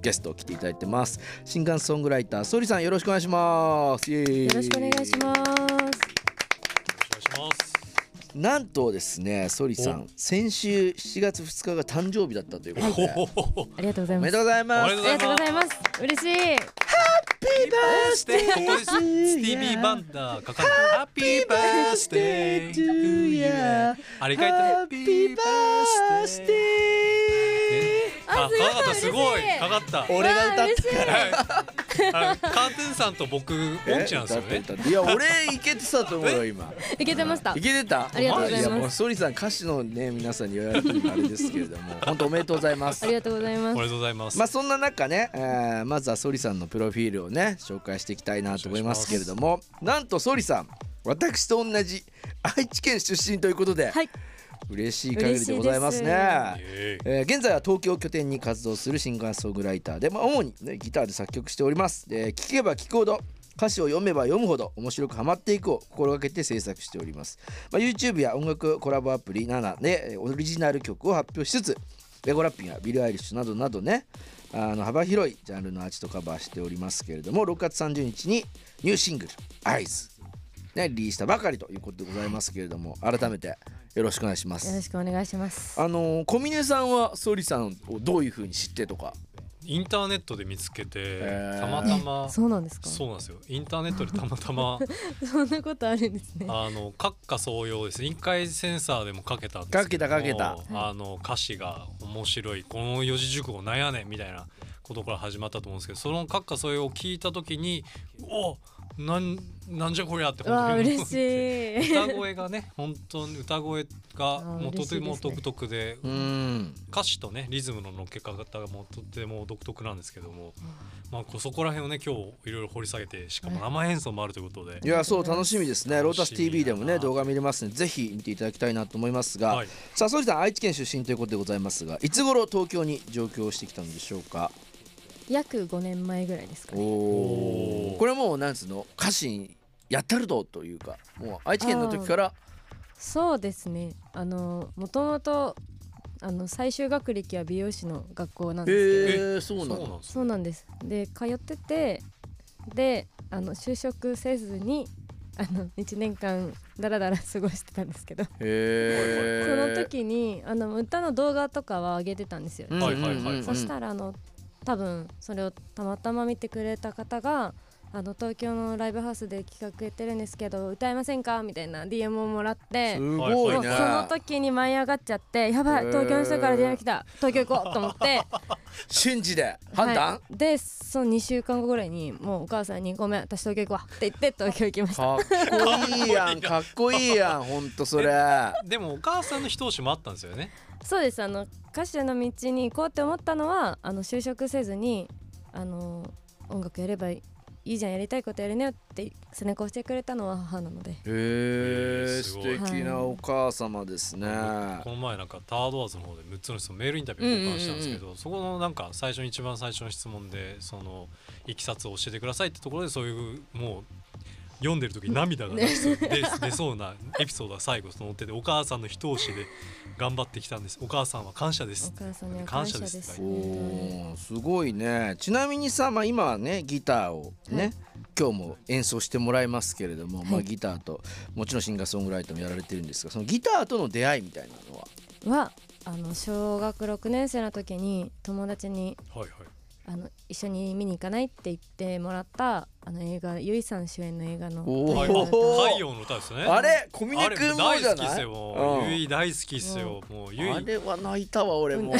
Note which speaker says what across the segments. Speaker 1: ゲスト来ていただいてます新刊ソングライターソリさんよろしくお願いしますよ
Speaker 2: よろしくお願いします。
Speaker 3: お願いします。
Speaker 1: なんとですねソリさん先週7月2日が誕生日だったということで
Speaker 3: おお。
Speaker 2: ありがとうござい
Speaker 1: お
Speaker 2: ま
Speaker 1: め
Speaker 2: す。
Speaker 1: でとうございます
Speaker 3: おめで
Speaker 2: ありがとうございます。嬉しい。
Speaker 3: ハッピーバースデー。ここでスティービーバンダーかかる。ハッピーバースデー。あれ書いてハッピーバースデー。あ、かかったすごいかかった。
Speaker 1: 俺が歌って
Speaker 3: はい。カーテンさんと僕音痴なんですよね。
Speaker 1: いや俺いけてたと思うよ 今
Speaker 2: いけてました。あ
Speaker 1: いけてた
Speaker 2: ありがとうございます
Speaker 1: やもうソリさん歌手のね皆さんに言われてるのあれですけれども本当おめでとうございます
Speaker 2: りがとうございま
Speaker 3: おめ
Speaker 2: す。
Speaker 3: でとうございます
Speaker 1: まあ。そんな中ね、えーまずはソリさんのプロフィールをね紹介していきたいなと思いますけれどもなんとソリさん私と同じ愛知県出身ということで、
Speaker 2: はい。
Speaker 1: 嬉しい限りでございますね
Speaker 2: 嬉
Speaker 3: ええ
Speaker 1: えー現在は東京を拠点に活動するシンガーソングライターで、まあ、主に、ね、ギターで作曲しておりますで聴けば聴くほど歌詞を読めば読むほど面白くハマっていくを心がけて制作しております、まあ、YouTube や音楽コラボアプリ7でえーオリジナル曲を発表しつつレゴラッピンやビル・アイリッシュなどなどねあの幅広いジャンルのアーティストカバーしておりますけれども6月30日にニューシングル「Eyes」ね、リリースしたばかりということでございますけれども改めてよろしくお願いします
Speaker 2: よろ。しくお願いします。
Speaker 1: あのー小峰さんは総理さんをどういうふうに知ってとか
Speaker 3: インターネットで見つけて
Speaker 1: え
Speaker 3: たまたま。
Speaker 2: そうなんですか。
Speaker 3: そうなんですよインターネットでたまたま
Speaker 2: そんなことあるんですね。
Speaker 3: あの閣下総用です臨海センサーでもかけたんですけども
Speaker 1: かけたかけ
Speaker 3: あの歌詞が面白いこの四字熟語なんやねんみたいなことから始まったと思うんですけどその閣下総用を聞いた時におなんなんじゃこりゃって
Speaker 2: うわあ
Speaker 3: 本当に
Speaker 2: 嬉
Speaker 3: 思っ
Speaker 2: して い。
Speaker 3: 歌声がね本当に歌声が
Speaker 2: ー
Speaker 3: もうとても
Speaker 2: 嬉しいですね
Speaker 3: 独特で
Speaker 1: うん
Speaker 3: 歌詞とねリズムの乗っけ方がもうとても独特なんですけども、まあ、こそこら辺をね今日いろいろ掘り下げてしかも生演奏もあるということで
Speaker 1: い。やそう楽しみですねロータス TV でもね
Speaker 3: 楽しみだな
Speaker 1: 動画見れますのでぜひ見ていただきたいなと思いますが、
Speaker 3: はい
Speaker 1: さあ総理さん愛知県出身ということでございますがいつ頃東京に上京してきたんでしょうか
Speaker 2: 約5年前ぐらいですか
Speaker 1: お
Speaker 2: ね。
Speaker 1: お
Speaker 3: おー
Speaker 1: これもうなんつうの歌詞にやったるとというかもう愛知県の時から
Speaker 2: そうですね。あのもともとあの最終学歴は美容師の学校なん
Speaker 1: へ
Speaker 2: ですけど。
Speaker 1: えー、そうなんだ
Speaker 3: そうなんです
Speaker 2: そうなんですで通っててであの就職せずにあの1年間ダラダラ過ごしてたんですけど、
Speaker 1: へ
Speaker 2: その
Speaker 1: え
Speaker 2: 時にあの歌の動画とかは上げてたんですよ、
Speaker 1: うん
Speaker 3: はいはいはい
Speaker 1: うんうん
Speaker 2: そしたらあの多分それをたまたま見てくれた方があの東京のライブハウスで企画やってるんですけど歌えませんかみたいな DM をもらって
Speaker 1: すごい
Speaker 2: もう
Speaker 1: ね
Speaker 2: その時に舞い上がっちゃってやばい東京の人から DM 来た東京行こうと思って
Speaker 1: 瞬時で 判断、
Speaker 2: はい、でその2週間後ぐらいにもうお母さんに「ごめん私東京行くわ」って言って東京行きました
Speaker 1: かっこいいやんかっこいいやんほんと それは
Speaker 3: でもお母さんの一押しもあったんですよね。
Speaker 2: そうですあの歌手の道に行こうって思ったのはあの就職せずにあの音楽やればいいいいじゃんやりたいことやるねよって背中を押してくれたのは母なので
Speaker 1: へえ
Speaker 3: ー
Speaker 1: 素
Speaker 3: すごい
Speaker 1: 敵なお母様ですね、
Speaker 3: この前なんかタードアーズの方で6つの質問メールインタビュー交換したんですけど、そこのなんか最初に一番最初の質問でそのいきさつを教えてくださいってところでそういうもう読んでる時に涙が出そう出出そうなエピソードが最後載っててお母さんの一押しで頑張ってきたんですお母さんは感謝で
Speaker 2: お
Speaker 3: す
Speaker 2: 母さんには感謝です
Speaker 1: おーすごいねちなみにさ、まあ、今はねギターをね、
Speaker 2: はい
Speaker 1: 今日も演奏してもらいますけれども、ま
Speaker 2: は
Speaker 1: あ、
Speaker 2: い
Speaker 1: ギターともちろんシンガーソングライターもやられてるんですがそのギターとの出会いみたいなのは
Speaker 2: はあの小学6年生の時に友達に
Speaker 3: はいはい
Speaker 2: あの一緒に見に行かないって言ってもらったあの映画ゆいさん主演の映画の
Speaker 1: おー
Speaker 3: はい
Speaker 2: 太陽の歌
Speaker 1: おー
Speaker 3: 太陽の歌ですね
Speaker 1: あれ小峰
Speaker 3: あれ
Speaker 1: 君も
Speaker 3: 大
Speaker 1: じゃ
Speaker 3: 好きで
Speaker 1: な
Speaker 3: す
Speaker 1: い
Speaker 3: よもう、
Speaker 1: うん
Speaker 3: ゆい大好きですよもうゆい
Speaker 1: あれは泣いたわ俺も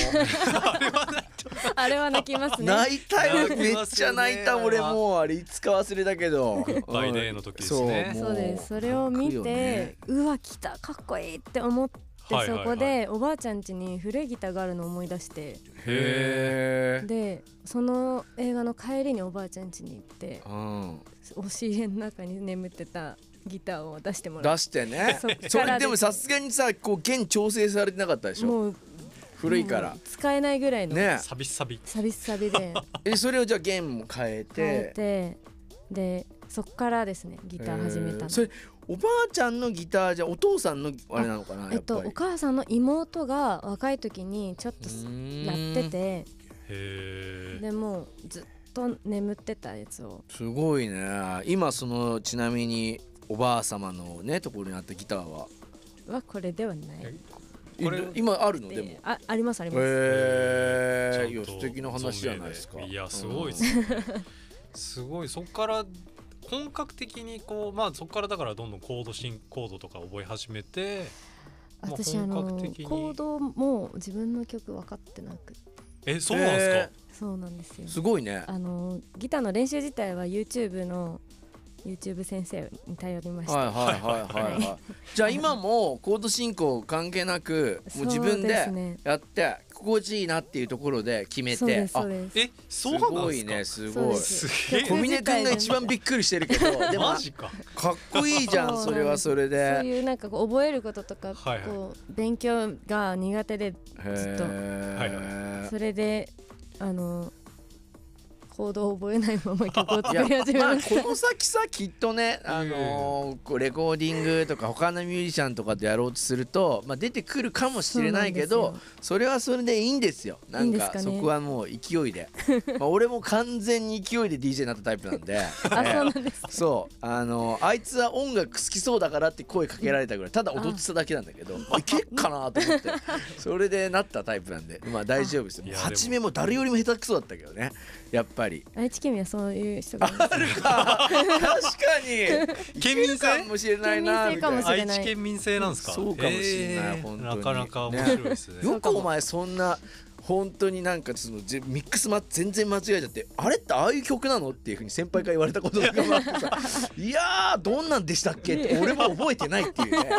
Speaker 2: あれは泣きますね
Speaker 1: 泣いたよ
Speaker 3: 泣
Speaker 1: め
Speaker 3: き
Speaker 1: っ
Speaker 3: ます
Speaker 1: ちゃ
Speaker 3: よね
Speaker 1: 泣いた俺もうあれいつか忘れたけ ど
Speaker 3: バイデーの時ですね
Speaker 1: も
Speaker 2: そうですそれを見
Speaker 1: 泣
Speaker 2: て、
Speaker 1: くよね
Speaker 2: うわ来たかっこいいって思って
Speaker 3: はいはい
Speaker 2: そ
Speaker 3: はい
Speaker 2: こで、おばあちゃん家に古いギターがあるのを思い出して
Speaker 1: へえ
Speaker 2: でその映画の帰りにおばあちゃん家に行って
Speaker 1: うん
Speaker 2: 押し入れの中に眠ってたギターを出してもらっ
Speaker 1: 出してね
Speaker 2: そっからです
Speaker 1: それでもさすがにさこう弦調整されてなかったで
Speaker 2: て
Speaker 1: しょ
Speaker 2: もう
Speaker 1: 古いから
Speaker 2: もう使えないぐらいの、
Speaker 1: ね
Speaker 3: サビサビ
Speaker 2: サビサビ で
Speaker 1: えそれをじゃあ弦も変え
Speaker 2: 変
Speaker 1: て
Speaker 2: えてでそっからですねギター始めた
Speaker 1: え
Speaker 2: の
Speaker 1: ーそれおばあちゃんのギターじゃお父さんのあれなのかな
Speaker 2: え
Speaker 1: や
Speaker 2: っ
Speaker 1: っぱ
Speaker 2: と
Speaker 1: り
Speaker 2: お母さんの妹が若い時にちょっと
Speaker 1: うーん
Speaker 2: やってて
Speaker 3: へえ
Speaker 2: でもうずっと眠ってたやつを
Speaker 1: すごいね今そのちなみにおばあ様のねところにあったギターは
Speaker 2: はこれではない
Speaker 3: これ
Speaker 1: い今あるのでも
Speaker 2: であありますあります、
Speaker 3: ち
Speaker 1: へ
Speaker 3: ゃ
Speaker 1: え
Speaker 3: ん
Speaker 1: いや
Speaker 3: と
Speaker 1: 素敵な話じゃないですか
Speaker 3: 存命でいやすご
Speaker 1: う
Speaker 3: いで
Speaker 1: ん
Speaker 3: すねすごいそこから本格的にこうまあそこからだからどんどんコード進コードとか覚え始めてまあ
Speaker 2: 私あの
Speaker 3: 本
Speaker 2: コ
Speaker 3: 格的に
Speaker 2: ードも自分の曲分かってなく
Speaker 3: えそうなんですか、
Speaker 1: へ
Speaker 2: そうなんですよ
Speaker 1: すごいね
Speaker 2: あのギターの練習自体は YouTube の YouTube 先生に頼りました、
Speaker 1: はいはいはいはいはい じゃあ今もコード進行関係なくもう自分
Speaker 2: そうです
Speaker 1: で
Speaker 2: ね
Speaker 1: やって心地いいなっていうところで決め
Speaker 2: そうで
Speaker 1: て
Speaker 2: す
Speaker 1: あ
Speaker 2: そうです
Speaker 3: えそう
Speaker 1: す
Speaker 3: なん
Speaker 1: ご
Speaker 3: で
Speaker 1: い
Speaker 3: すか
Speaker 1: ねす
Speaker 2: そう
Speaker 1: ごい
Speaker 2: です
Speaker 3: すげえ
Speaker 1: 小峰君が一番びっくりしてるけ どでも
Speaker 3: マジか
Speaker 1: かっこいいじゃんそれはそれ
Speaker 2: そう
Speaker 1: で
Speaker 2: いうなんかこう覚えることとか、
Speaker 3: はいはい
Speaker 2: こう勉強が苦手でずっと
Speaker 1: へ
Speaker 2: それであの行動を覚えないまま曲を
Speaker 1: い
Speaker 2: 作
Speaker 1: や
Speaker 2: り始め
Speaker 1: まあ
Speaker 2: まし
Speaker 1: この先さきっとね、あのーこうレコーディングとか他のミュージシャンとかでやろうとすると、まあ、出てくるかもしれないけ
Speaker 2: そう
Speaker 1: ど
Speaker 2: なんで
Speaker 1: それはそれでいいんですよない
Speaker 2: いん
Speaker 1: ん
Speaker 2: です
Speaker 1: か
Speaker 2: かね
Speaker 1: そこはもう勢い でまあ俺も完全に勢いで DJ になったタイプなんで
Speaker 2: た。 あ、そうなんです。
Speaker 1: そうあのーあいつは音楽好きそうだからって声かけられたぐらいただ踊ってただけなんだけどあいけっかなと思ってそれでなったタイプなんでまあ大丈夫ですよ
Speaker 3: いやでも
Speaker 1: 初めも誰よりも下手くそだったけどねやっぱり
Speaker 2: 愛知県民はそういう人がいます。
Speaker 1: あ確かに
Speaker 3: 県民性
Speaker 1: いけるかもしれないな
Speaker 2: 県民性かもしれない
Speaker 3: 愛知県民性なんですか
Speaker 1: そうかもしれない
Speaker 3: えー
Speaker 1: 本当に
Speaker 3: なかなか面白いですね
Speaker 1: よくお前そんな本当になんかそのぜミックスま全然間違えちゃってあれってああいう曲なのっていうふうに先輩から言われたこととかもあって さいやーどんなんでしたっけって俺も覚えてないっていうね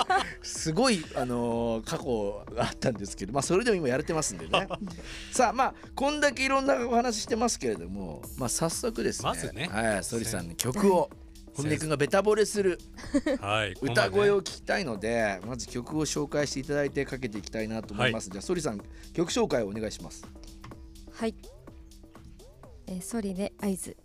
Speaker 1: すごいあのー過去があったんですけどまあそれでも今やれてますんでねさあまあこんだけいろんなお話してますけれどもまあ早速ですね
Speaker 3: まずね
Speaker 1: はいソリさんの曲を本音くんがベタ惚れする
Speaker 3: はい
Speaker 1: 歌声を
Speaker 3: こ
Speaker 1: 聞きたいので、まず曲を紹介していただいてかけていきたいなと思います。じゃあソリさん曲紹介をお願いします。
Speaker 2: はい。えー、ソリで合図。